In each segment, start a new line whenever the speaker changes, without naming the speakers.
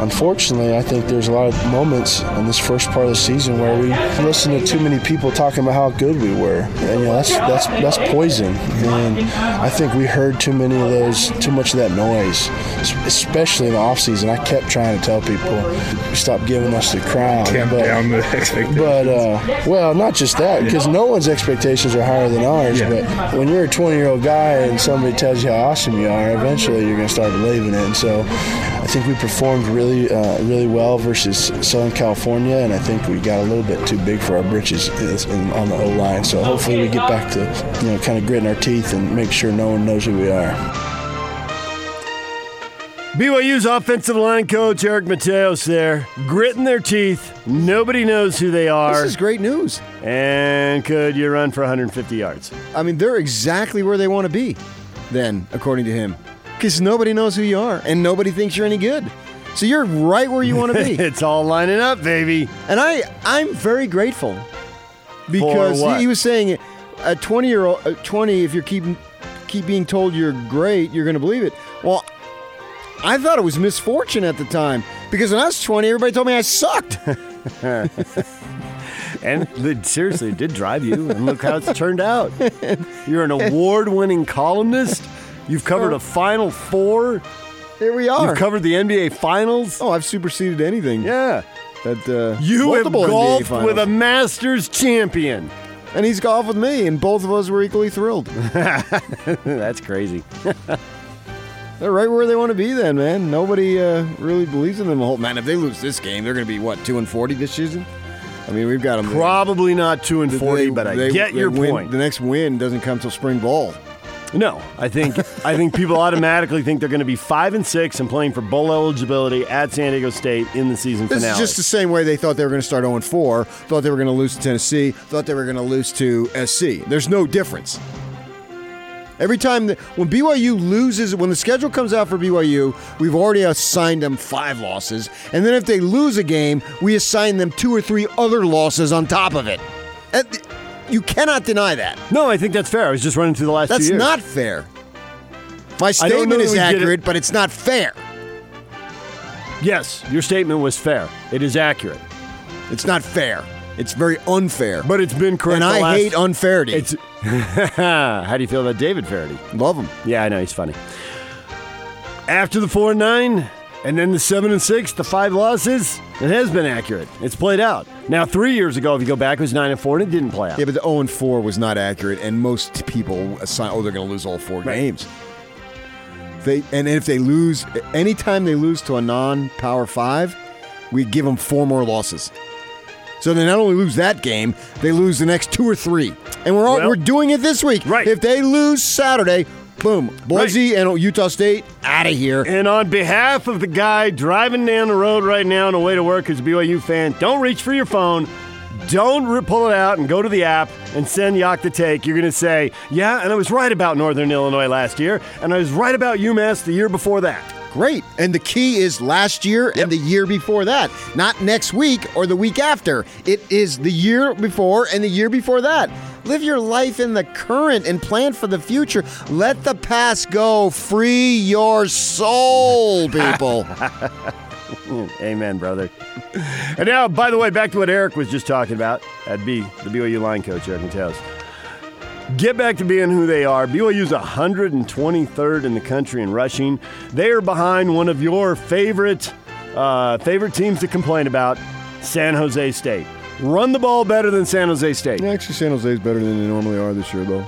Unfortunately, I think there's a lot of moments in this first part of the season where we listen to too many people talking about how good we were, and you know that's that's that's poison. And I think we heard too many of those, too much of that noise, es- especially in the off season. I kept trying to tell people, stop giving us the crown.
Tamp
but-
down the expectations.
but uh, well, not just that, because no one's expectations are higher than ours.
Yeah.
But when you're a 20 year old guy and somebody tells you how awesome you are, eventually you're going to start believing it. And so, I think we performed really, uh, really well versus Southern California, and I think we got a little bit too big for our britches in- in- on the O line. So hopefully we get back to you know kind of gritting our teeth and make sure no one knows who we are.
BYU's offensive line coach Eric Mateos there, gritting their teeth. Nobody knows who they
This
are.
is great news.
and could you run for 150 yards?
I mean, they're exactly where they want to be, then, according to him. Because nobody knows who you are and nobody thinks you're any good. So you're right where you want to be.
It's all lining up, baby.
and I, I'm very grateful because he-
what?
He, was saying a 20 year old, a 20, if you're keep, keep being told you're great, you're going to believe it. Well, I thought it was misfortune at the time because when I was 20, everybody told me I sucked.
And it- seriously, it did drive you. And look how it's turned out. You're an award winning columnist. You've covered a Final Four.
Here we are.
You've covered the NBA Finals.
oh, I've superseded anything.
Yeah.
That, uh,
You have
multiple NBA
golfed with
finals.
a Masters champion.
And he's golfed with me, and both of us were equally thrilled.
That's crazy.
They're right where they want to be, then, man. Nobody uh, really believes in them. Whole man, if they lose this game, they're going to be what two and forty this season. I mean, we've got them.
Probably not 2 and 40, but I get your point.
The next win doesn't come till spring ball.
No, I think I think people automatically think they're going to be 5 and 6 and playing for bowl eligibility at San Diego State in the season
This
finale.
is just the same way they thought they were going to start 0 4, thought they were going to lose to Tennessee, thought they were going to lose to SC. There's no difference. Every time that, when BYU loses, when the schedule comes out for BYU, we've already assigned them five losses. And then if they lose a game, we assign them two or three other losses on top of it. And th- you cannot deny that.
No, I think that's fair. I was just running through the last two
That's
years.
not fair. My
don't know
statement
that
is
we get it.
accurate, but it's not fair.
Yes, your statement was fair. It is accurate.
It's not fair. It's very unfair.
But it's been
and
correct. the
I
last-
hate unfairity.
It's how do you feel about David Faraday?
Love him.
Yeah, I know he's funny. After the four and nine, and then the seven and six, the five losses, it has been accurate. It's played out. Now, three years ago, if you go back, it was nine and four, and it didn't play out.
Yeah, but the 0 and 4 was not accurate, and most people assign, oh, they're going to lose all four games. They And if they lose, anytime they lose to a non power five, we give them four more losses. So they not only lose that game, they lose the next two or three. And we're all,
Well-
we're doing it this week.
Right.
If they lose Saturday, boom, Boise and Utah State out of here.
And on behalf of the guy driving down the road right now on the way to work as a BYU fan, don't reach for your phone. Don't re- pull it out and go to the app and send Yak the take. You're going to say, yeah, and I was right about Northern Illinois last year, and I was right about UMass the year before that.
Great. And the key is last year and the year before that, not next week or the week after. It is the year before and the year before that. Live your life in the current and plan for the future. Let the past go. Free your soul, people.
Amen, brother. and now, by the way, back to what Eric was just talking about. That'd be the BYU line coach, Eric Mateos. Get back to being who they are. BYU's 123rd in the country in rushing. They are behind one of your favorite uh, favorite teams to complain about, San Jose State. Run the ball better than San Jose State.
Actually, San Jose is better than they normally are this year, though.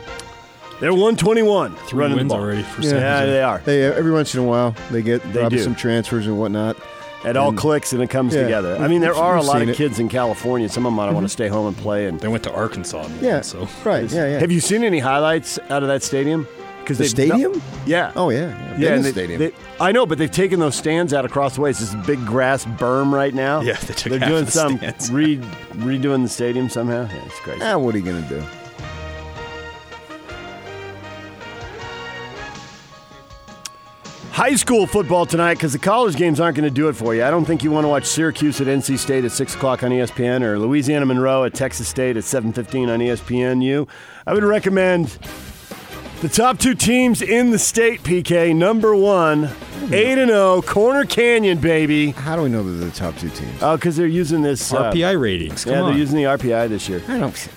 They're 121
Three
running the
wins
ball.
already for San
Yeah,
Jose.
they are.
They every once in a while they get
They
probably
do.
some transfers and whatnot.
It
Mm.
all clicks and it comes
Yeah.
together. I mean, there are a
We've
lot
seen
of
it. Mm-hmm.
kids in California. Some of them might want to stay home and play and
They went to Arkansas. and won,
Yeah,
So
right. Yeah, yeah.
Have you seen any highlights out of that stadium? Because
The stadium?
yeah.
oh yeah, yeah.
yeah.
Been
and
to
they-
stadium.
they- I know, but they've taken those stands out across the way. It's this big grass berm right now.
Yeah, they took
are
half
doing
the
some
stands.
re, redoing the stadium somehow. Yeah, it's crazy.
Ah, what are you gonna do?
High school football tonight because the college games aren't going to do it for you. I don't think you want to watch Syracuse at NC State at six o'clock on E ESPN or Louisiana Monroe at Texas State at seven fifteen on E ESPN. You, I would recommend the top two teams in the state. PK number one, eight and zero, Corner Canyon, baby.
How do we know they're the top two teams?
Oh, because they're using this uh,
RPI ratings. Come
yeah,
on.
they're using the RPI this year.
I don't.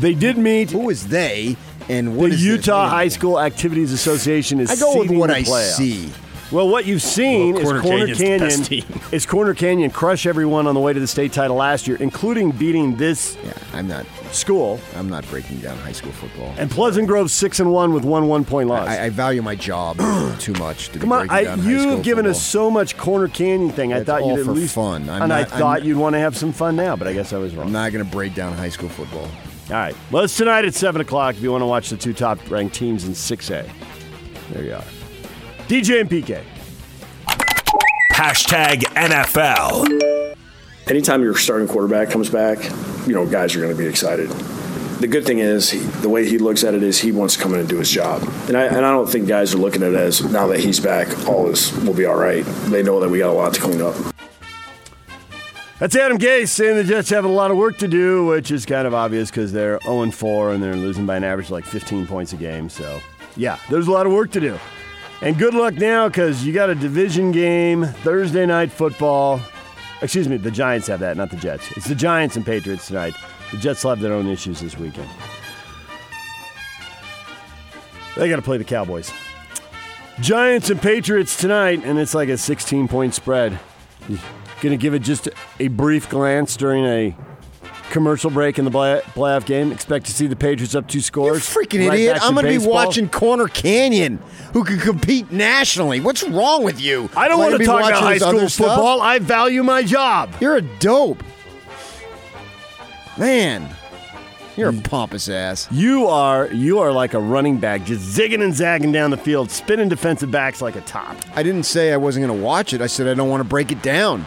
They did meet
Who is they? And what
the
is this?
Utah
What
High
is-
School Activities Association is
I go with
seeding
what
the
I
playoffs.
see.
Well, what you've seen
Well, Corner
is Corner
Canyon's the best
Canyon
team.
is Corner Canyon crush everyone on the way to the state title last year, including beating this
Yeah, I'm not.
school.
I'm not breaking down high school football.
And Pleasant Grove six and one with one one point loss.
I, I value my job too much to be
Come on,
breaking
I,
down high school
you've given us
football.
so much Corner Canyon thing. I
It's
thought
all
you'd at
for
least
fun. I'm
and I
not- I'm
thought
not-
you'd want to have some fun now, but I guess I was wrong.
I'm not going to break down high school football.
All right. Well, it's tonight at 7 o'clock if you want to watch the two top ranked teams in 6A. There you are. DJ and PK.
Hashtag NFL.
Anytime your starting quarterback comes back, you know, guys are going to be excited. The good thing is, he- the way he looks at it is he wants to come in and do his job. And I, and I don't think guys are looking at it as now that he's back, all is will be all right. They know that we got a lot to clean up.
That's Adam Gase saying the Jets have a lot of work to do, which is kind of obvious because they're 0 4 and they're losing by an average of like 15 points a game. So, yeah, there's a lot of work to do. And good luck now because you got a division game, Thursday night football. Excuse me, the Giants have that, not the Jets. It's the Giants and Patriots tonight. The Jets will have their own issues this weekend. They got to play the Cowboys. Giants and Patriots tonight, and it's like a 16 point spread. Going to give it just a brief glance during a commercial break in the play- playoff game. Expect to see the Patriots up two
You're a
scores.
freaking
Right
idiot!
back to
I'm going to be
baseball.
watching Corner Canyon, who can compete nationally. What's wrong with you?
I don't
Am gonna
want to
be
talk about
watching
high
this other
school
stuff?
football. I value my job.
You're a dope, man. You're
Mm.
a pompous ass.
You are you are like a running back, just zigging and zagging down the field, spinning defensive backs like a top.
I didn't say I wasn't going to watch it. I said I don't want to break it down.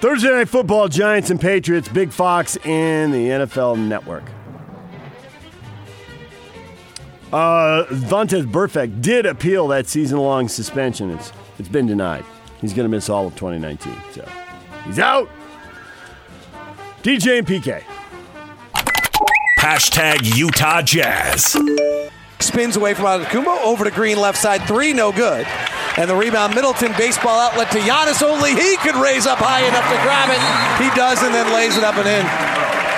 Thursday night football, Giants and Patriots, Big Fox and the NFL Network. Uh, Vontez Burfict did appeal that season-long suspension. It's it's been denied. He's going to miss all of 2019, so he's out. DJ and PK.
Hashtag Utah Jazz.
Spins away from Kumbo over to Green left side three, no good. And the rebound, Middleton baseball outlet to Giannis. Only he could raise up high enough to grab it. He does, and then lays it up and in.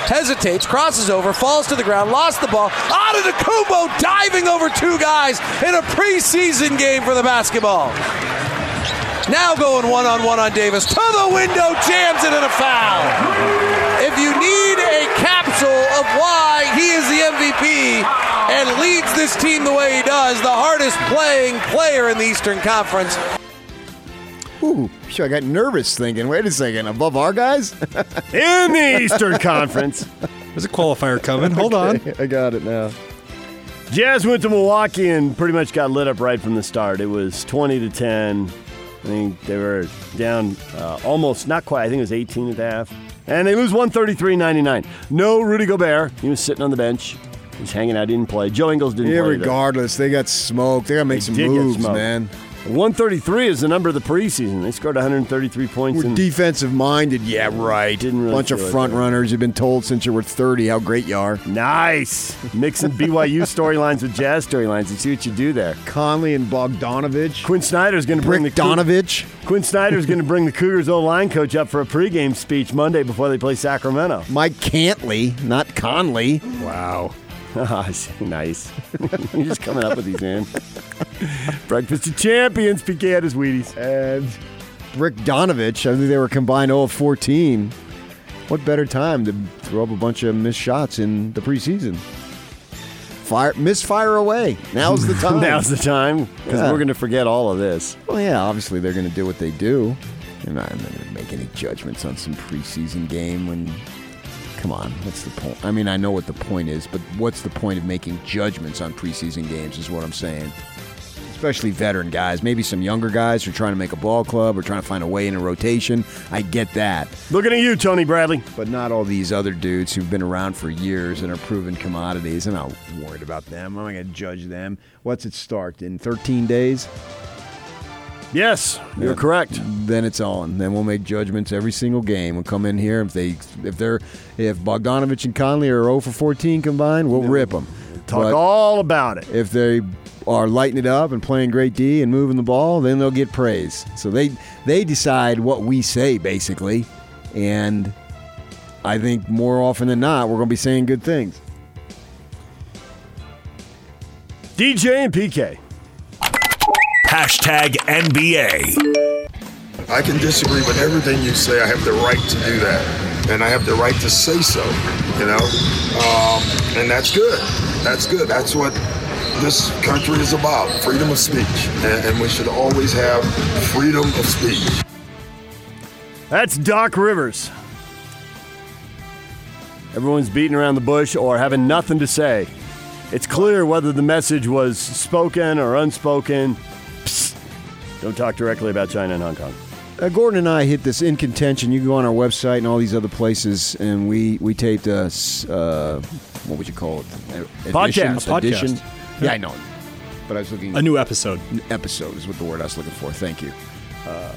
Hesitates, crosses over, falls to the ground, lost the ball. Out of Kumbo diving over two guys in a preseason game for the basketball. Now going one on one on Davis to the window, jams it in a foul. If you need a capsule of why he is the MVP and leads this team the way he does, the hardest playing player in the Eastern Conference,
Ooh, sure. I got nervous thinking. Wait a second, above our guys?
In the Eastern Conference,
There's a qualifier coming. Hold on.
I got it now.
Jazz went to Milwaukee and pretty much got lit up right from the start. It was 20 to 10. I think they were down uh, almost, not quite, I think it was 18 at the half. And they lose 133 99. No Rudy Gobert. He was sitting on the bench. He was hanging out, didn't play. Joe Ingles didn't
Yeah,
play. either.
regardless, they got smoked. They got to make
They
some
did get
moves,
smoked.
man.
133 is the number of the preseason. They scored 133 points.
We're
in-
defensive minded. Yeah, right.
Didn't really
Bunch of
feel it,
front
though.
runners. You've been told since you were 30 how great you are.
nice. Mixing BYU storylines with Jazz storylines. You see what you do there.
Conley and Bogdanovich.
Quinn Snyder's going to bring
Rick
the Coug-
Donovich.
Quinn Snyder's going to bring the Cougars' old line coach up for a pregame speech Monday before they play Sacramento.
Mike Cantley, not Conley.
Wow. Ah, nice. You're just coming up with these, man. Breakfast of Champions. PK had his Wheaties.
And Rick Donovich. I think they were combined 0 of 14. What better time to throw up a bunch of missed shots in the preseason? Fire, misfire away. Now's the time.
Now's the time because
Yeah.
we're going to forget all of this.
Well, yeah, obviously they're going to do what they do. They're not going to make any judgments on some preseason game when. Come on, what's the point? I mean, I know what the point is, but what's the point of making judgments on preseason games is what I'm saying. especially veteran guys. Maybe some younger guys who are trying to make a ball club or trying to find a way in a rotation. I get that.
Looking at you, Tony Bradley.
But not all these other dudes who've been around for years and are proven commodities. I'm not worried about them. I'm not going to judge them. What's it start in 13 days?
Yes, you're correct.
Then it's on. Then we'll make judgments every single game. We'll come in here if they if they're if Bogdanovich and Conley are 0 for 14 combined, we'll rip 'em. rip them.
Talk all about it.
if they are lighting it up and playing great D and moving the ball, then they'll get praise. So they they decide what we say basically, and I think more often than not we're going to be saying good things.
DJ and PK.
Hashtag NBA.
I can disagree with everything you say. I have the right to do that, and I have the right to say so. You know, um, and that's good. That's good. That's what this country is about: freedom of speech, and, and we should always have freedom of speech.
That's Doc Rivers. Everyone's beating around the bush or having nothing to say. It's clear whether the message was spoken or unspoken. Psst. Don't talk directly about China and Hong Kong.
Uh, Gordon and I hit this in contention. You can go on our website and all these other places, and we we taped a s- uh, what would you call it? A- edition-
Podcast. A podcast.
edition- Yeah, I know. But I was looking
A new episode.
episode is what the word I was looking for. Thank you. Uh,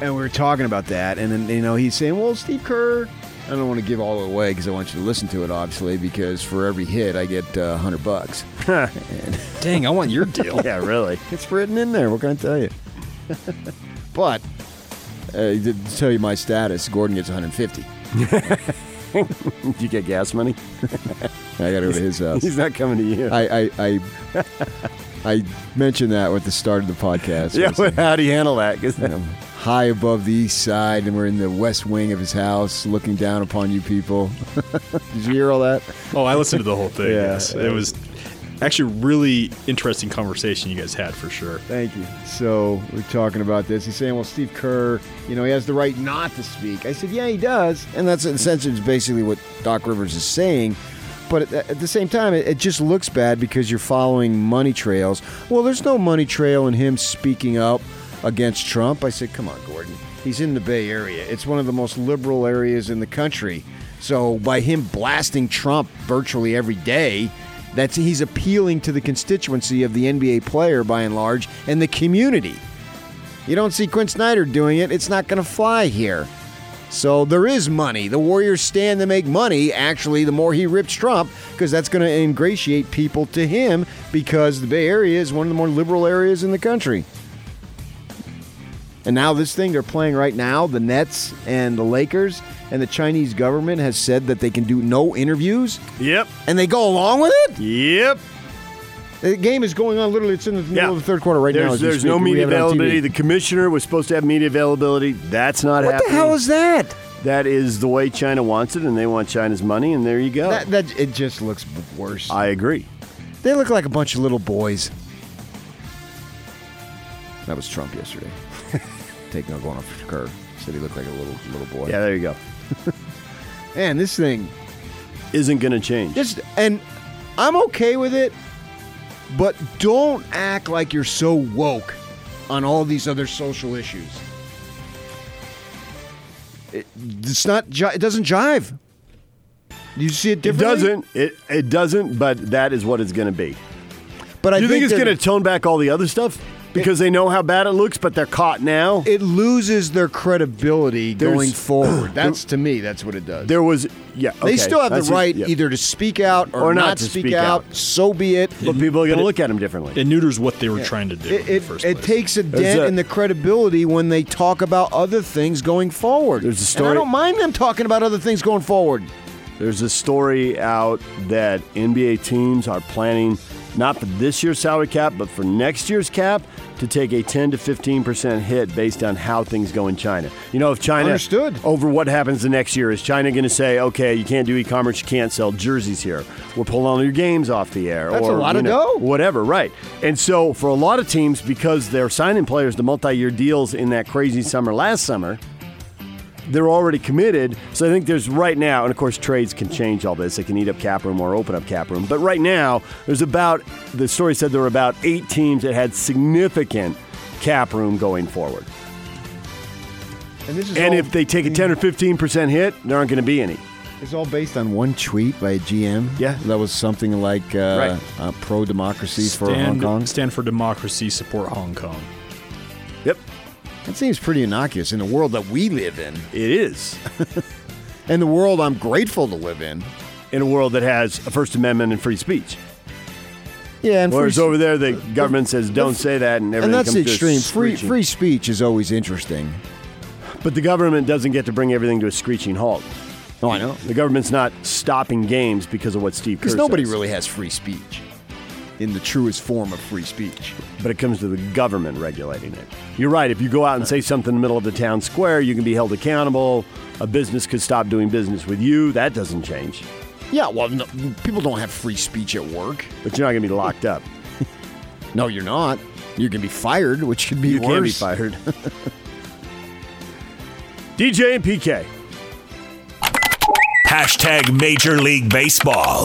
and we were talking about that, and then you know he's saying, "Well, Steve Kerr." I don't want to give all away because I want you to listen to it, obviously, because for every hit I get uh, hundred bucks.
Dang, I want your deal.
Yeah, really.
It's written in there. What can I tell you? but uh, to tell you my status, Gordon gets 150.
Did you get gas money?
I got to go to his house.
He's not coming to you.
I I, I, I mentioned that at the start of the podcast.
yeah,
I said,
how do you handle that? 'Cause-
you know, high above the east side, and we're in the west wing of his house, looking down upon you people. Did you hear all that?
Oh, I listened to the whole thing.
Yeah.
yes. It was actually really interesting conversation you guys had for sure.
Thank you. So we're talking about this. He's saying, well, Steve Kerr, you know, he has the right not to speak. I said, yeah, he does. And that's essentially basically what Doc Rivers is saying. But at, at the same time, it, it just looks bad because you're following money trails. Well, there's no money trail in him speaking up against Trump. I said, come on, Gordon. He's in the Bay Area. It's one of the most liberal areas in the country. So by him blasting Trump virtually every day, that's he's appealing to the constituency of the NBA player by and large and the community. You don't see Quinn Snyder doing it, it's not going to fly here. So there is money. The Warriors stand to make money, actually, the more he rips Trump, because that's going to ingratiate people to him because the Bay Area is one of the more liberal areas in the country. And now this thing they're playing right now, the Nets and the Lakers, and the Chinese government has said that they can do no interviews,
Yep.
and they go along with it?
Yep.
The game is going on literally. It's in the middle of the third quarter right
there's,
now. as we
There's
speak.
no
We
media
have it on TV.
availability. The commissioner was supposed to have media availability. That's not
What the
happening.
hell is that?
That is the way China wants it, and they want China's money, and there you go.
That, that it just looks b- worse.
I agree.
they look like a bunch of little boys. That was Trump yesterday. Taking a going off the curve. Said he looked like a little little boy.
Yeah, there you go.
Man, this thing
Isn't going to change.
just and I'm okay with it, but don't act like you're so woke on all these other social issues. It, it's not. ji- It doesn't jive. You see it
It
differently.
doesn't. It it doesn't. But that is what it's going to be.
But I
Do you think, it's
they're-
going to tone back all the other stuff because they know how bad it looks, but they're caught now.
It loses their credibility
There's-
going forward. That's to me. That's what it does.
there was yeah.
they
okay,
still have the
that's it,
right
yeah.
either to speak out or,
Or
not,
not to
speak,
speak
out. So be it.
But people are going to look at them differently.
It neuters what they were trying to do
It,
in the
it,
first
it
place.
takes a
There's
dent
a-
in the credibility when they talk about other things going forward.
There's a
And I
story-
don't mind them talking about other things going forward.
There's a story out that NBA teams are planning, not for this year's salary cap, but for next year's cap, to take a 10 to 15% hit based on how things go in China. You know, if China.
Understood.
Over what happens the next year, is China going to say, okay, you can't do e commerce, you can't sell jerseys here. We're pulling all your games off the air.
That's a
or,
lot
you
of
know,
dough.
Whatever, right. And so for a lot of teams, because they're signing players to multi year deals in that crazy summer last summer, they're already committed. So I think there's right now, and of course trades can change all this. They can eat up cap room or open up cap room. But right now, there's about the story said there were about eight teams that had significant cap room going forward.
And this is
And
all-
if they take a 10 or 15% hit, there aren't going to be any.
It's all based on one tweet by a GM.
Yeah.
that was something like uh,
Right.
uh, pro democracy for Hong
Stand-
Kong.
Stand for democracy, support Hong Kong.
Yep.
That seems pretty innocuous in the world that we live in,
It is.
and the world I'm grateful to live in.
In a world that has a First Amendment and free speech.
Yeah, and
Whereas
free-
over there, the government says, don't say that, and everything
and that's
comes
the
to a
extreme. Free
screeching-
free speech is always interesting.
But the government doesn't get to bring everything to a screeching halt.
Oh, I know.
The government's not stopping games because of what Steve Kerr
Because nobody
says.
really has free speech in the truest form of free speech.
But it comes to the government regulating it. You're right. If you go out and say something in the middle of the town square, you can be held accountable. A business could stop doing business with you. That doesn't change.
Yeah, well, no, people don't have free speech at work.
But you're not going to be locked up.
No, you're not. You can be fired, which should be
You can be
worse.
fired. DJ and PK.
Hashtag Major League Baseball.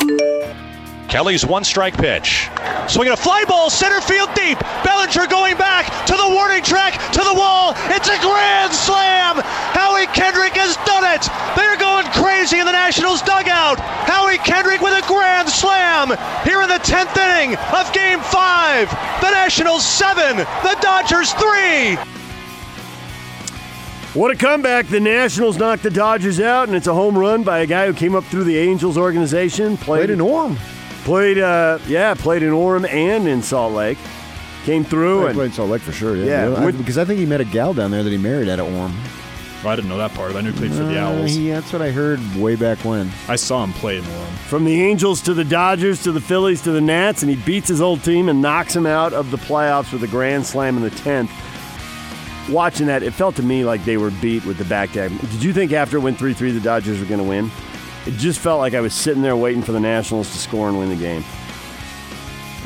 Kelly's one strike pitch. Swinging a fly ball, center field deep. Bellinger going back to the warning track, to the wall. It's a grand slam. Howie Kendrick has done it. They're going crazy in the Nationals dugout. Howie Kendrick with a grand slam here in the 10th inning of game five. The Nationals seven, the Dodgers three.
What a comeback. The Nationals knocked the Dodgers out, and it's a home run by a guy who came up through the Angels organization.
Played in Orm.
Played, uh, yeah, played in Orem and in Salt Lake. Came through
Played
and
in Salt Lake for sure.
Yeah,
Yeah, I-
would-
because I think he met a gal down there that he married at Orm.
Well, Oh, I didn't know that part. but I knew he played for the
Uh,
Owls.
he- that's what I heard way back when.
I saw him play in one.
from the Angels to the Dodgers to the Phillies to the Nats, and he beats his old team and knocks him out of the playoffs with a grand slam in the tenth. Watching that, it felt to me like they were beat with the back to Did you think after it went three three the Dodgers were going to win? It just felt like I was sitting there waiting for the Nationals to score and win the game.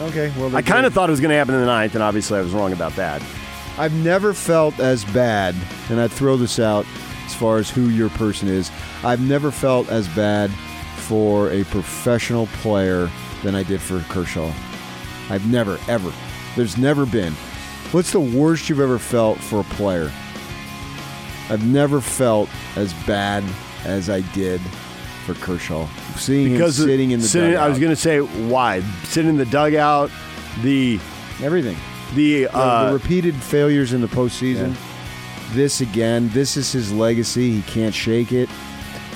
Okay, well,
I kind of thought it was going to happen in the ninth, and obviously I was wrong about that.
I've never felt as bad, and I'd throw this out as far as who your person is. I've never felt as bad for a professional player than I did for Kershaw. I've never, ever. There's never been. What's the worst you've ever felt for a player? I've never felt as bad as I did for Kershaw. Seeing him
of-
sitting in the
sitting-
dugout.
I was going to say why sitting in the dugout, the
everything.
the,
the,
uh,
the repeated failures in the postseason. This again, this is his legacy. He can't shake it.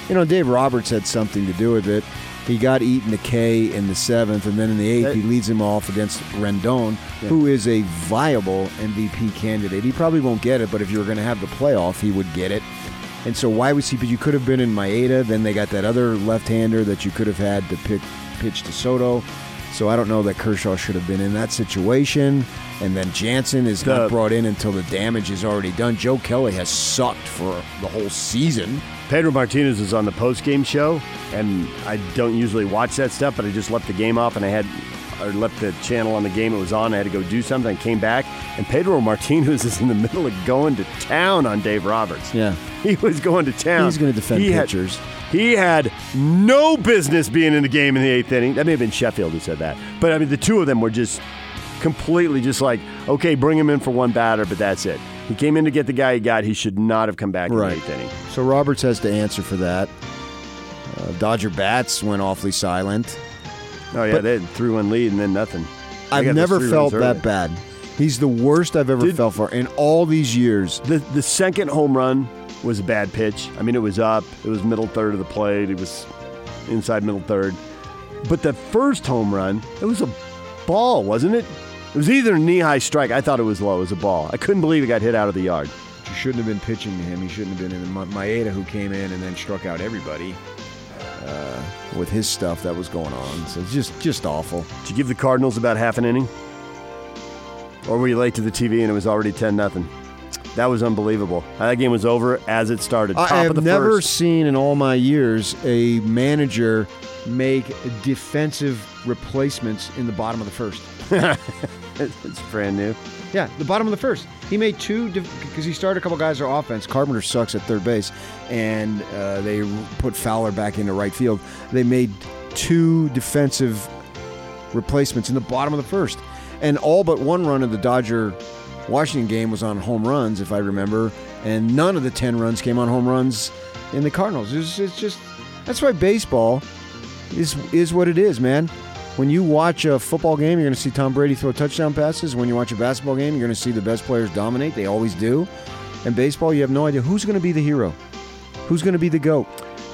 You know, Dave Roberts had something to do with it. He got eaten the K in the seventh, and then in the eighth,
That-
he leads him off against Rendon, who is a viable MVP candidate. He probably won't get it, but if you were going to have the playoff, he would get it. And so, why was he? But you could have been in Maeda. Then they got that other left-hander that you could have had to pick pitch to Soto. So I don't know that Kershaw should have been in that situation. And then Jansen is
The-
not brought in until the damage is already done. Joe Kelly has sucked for the whole season.
Pedro Martinez was on the post game show, and I don't usually watch that stuff, but I just left the game off and I had or left the channel on the game it was on. I had to go do something. I came back, and Pedro Martinez is in the middle of going to town on Dave Roberts.
Yeah.
he was going to town.
He's going to defend
He had-
pitchers.
he had no business being in the game in the eighth inning. That may have been Sheffield who said that, but I mean the two of them were just completely just like, okay, bring him in for one batter, but that's it. He came in to get the guy he got. He should not have come back
Right.
in the eighth inning.
So Roberts has to answer for that. Uh, Dodger bats went awfully silent.
Oh yeah,
But-
they had three one lead and then nothing. They got
I've
those
never
three
felt
runs early.
that bad. He's the worst I've ever
Did-
felt for in all these years.
The the second home run was a bad pitch. I mean, it was up. It was middle third of the plate. It was inside middle third. But the first home run, it was a ball, wasn't it? It was either knee high strike. I thought it was low. It was a ball. I couldn't believe it got hit out of the yard.
You shouldn't have been pitching to him. He shouldn't have been in. Ma- Maeda, who came in and then struck out everybody uh, with his stuff that was going on. So it's just just awful.
Did you give the Cardinals about half an inning? Or were you late to the TV and it was already ten nothing? That was unbelievable. That game was over as it started. Top
I
of
have
the
never
first.
seen in all my years a manager make defensive replacements in the bottom of the first.
it's brand new.
Yeah, the bottom of the first. He made two because he started a couple guys on offense. Carpenter sucks at third base, and uh, they put Fowler back into right field. They made two defensive replacements in the bottom of the first, and all but one run of the Dodger Washington game was on home runs, if I remember, and none of the ten runs came on home runs in the Cardinals. It's, it's just that's why baseball is is what it is, man. When you watch a football game, you're going to see Tom Brady throw touchdown passes. When you watch a basketball game, you're going to see the best players dominate. They always do. In baseball, you have no idea who's going to be the hero, who's going to be the goat.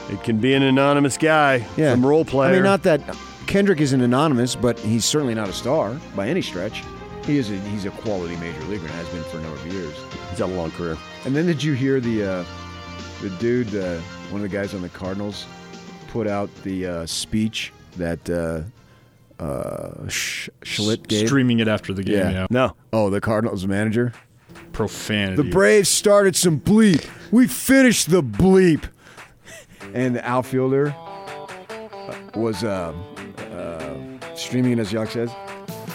It can be an anonymous guy,
Yeah,
some role player.
I mean, not that Kendrick isn't anonymous, but he's certainly not a star by any stretch. He is. A, he's a quality major leaguer and has been for a number of years.
He's had a long career.
And then did you hear the uh, the dude, uh, one of the guys on the Cardinals, put out the uh, speech that uh, uh, Sch- Schlitt gave?
Streaming it after the game. Yeah.
No.
Oh, the Cardinals manager.
Profanity.
The Braves started some bleep. We finished the bleep. And the outfielder uh, was uh, uh, streaming it, as Yuck says.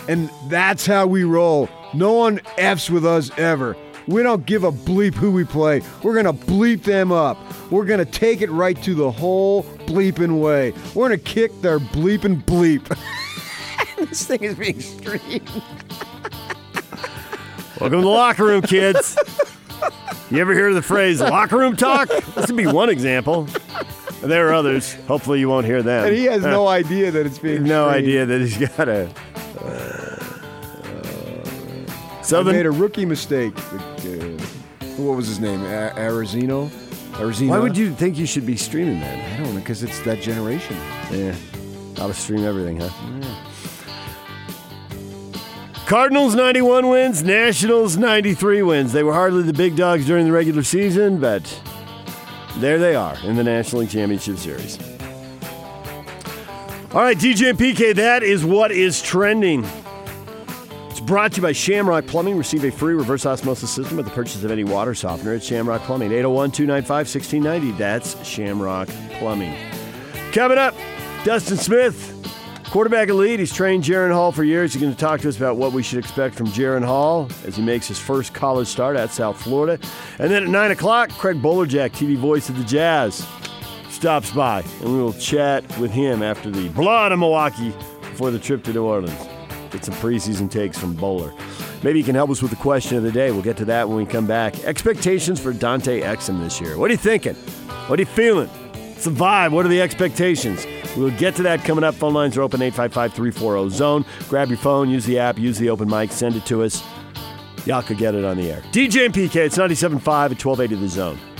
And that's how we roll. No one F's with us ever. We don't give a bleep who we play. We're going to bleep them up. We're going to take it right to the whole bleeping way. We're going to kick their bleeping bleep. this thing is being streamed.
Welcome to the locker room, kids. You ever hear the phrase locker room talk? This would be one example. There are others. Hopefully, you won't hear them. Uh,
And he has no idea that it's being
no
streamed.
idea that he's got a. uh,
I made a
Southern.
rookie mistake. The- uh, what was his name? A- Arizino? Arizino?
Why would you think you should be streaming that?
I don't know, because it's that generation.
Yeah. Ought to stream everything, huh? Cardinals 91 wins, Nationals 93 wins. They were hardly the big dogs during the regular season, but there they are in the National League Championship Series. All right, DJ and PK, that is what is trending. It's brought to you by Shamrock Plumbing. Receive a free reverse osmosis system with the purchase of any water softener at Shamrock Plumbing. 801 295 1690. That's Shamrock Plumbing. Coming up, Dustin Smith, quarterback elite. He's trained Jaron Hall for years. He's going to talk to us about what we should expect from Jaron Hall as he makes his first college start at South Florida. And then at 9 o'clock, Craig Bowlerjack, TV voice of the Jazz, stops by, and we will chat with him after the blood of Milwaukee before the trip to New Orleans. Get some preseason takes from Bowler. Maybe he can help us with the question of the day. We'll get to that when we come back. Expectations for Dante Exum this year. What are you thinking? What are you feeling? It's the vibe. What are the expectations? We'll get to that coming up. Phone lines are open 855 340 oh, Zone. Grab your phone, use the app, use the open mic, send it to us. Y'all could get it on the air. DJ and PK, it's 97.5 at 1280 The Zone.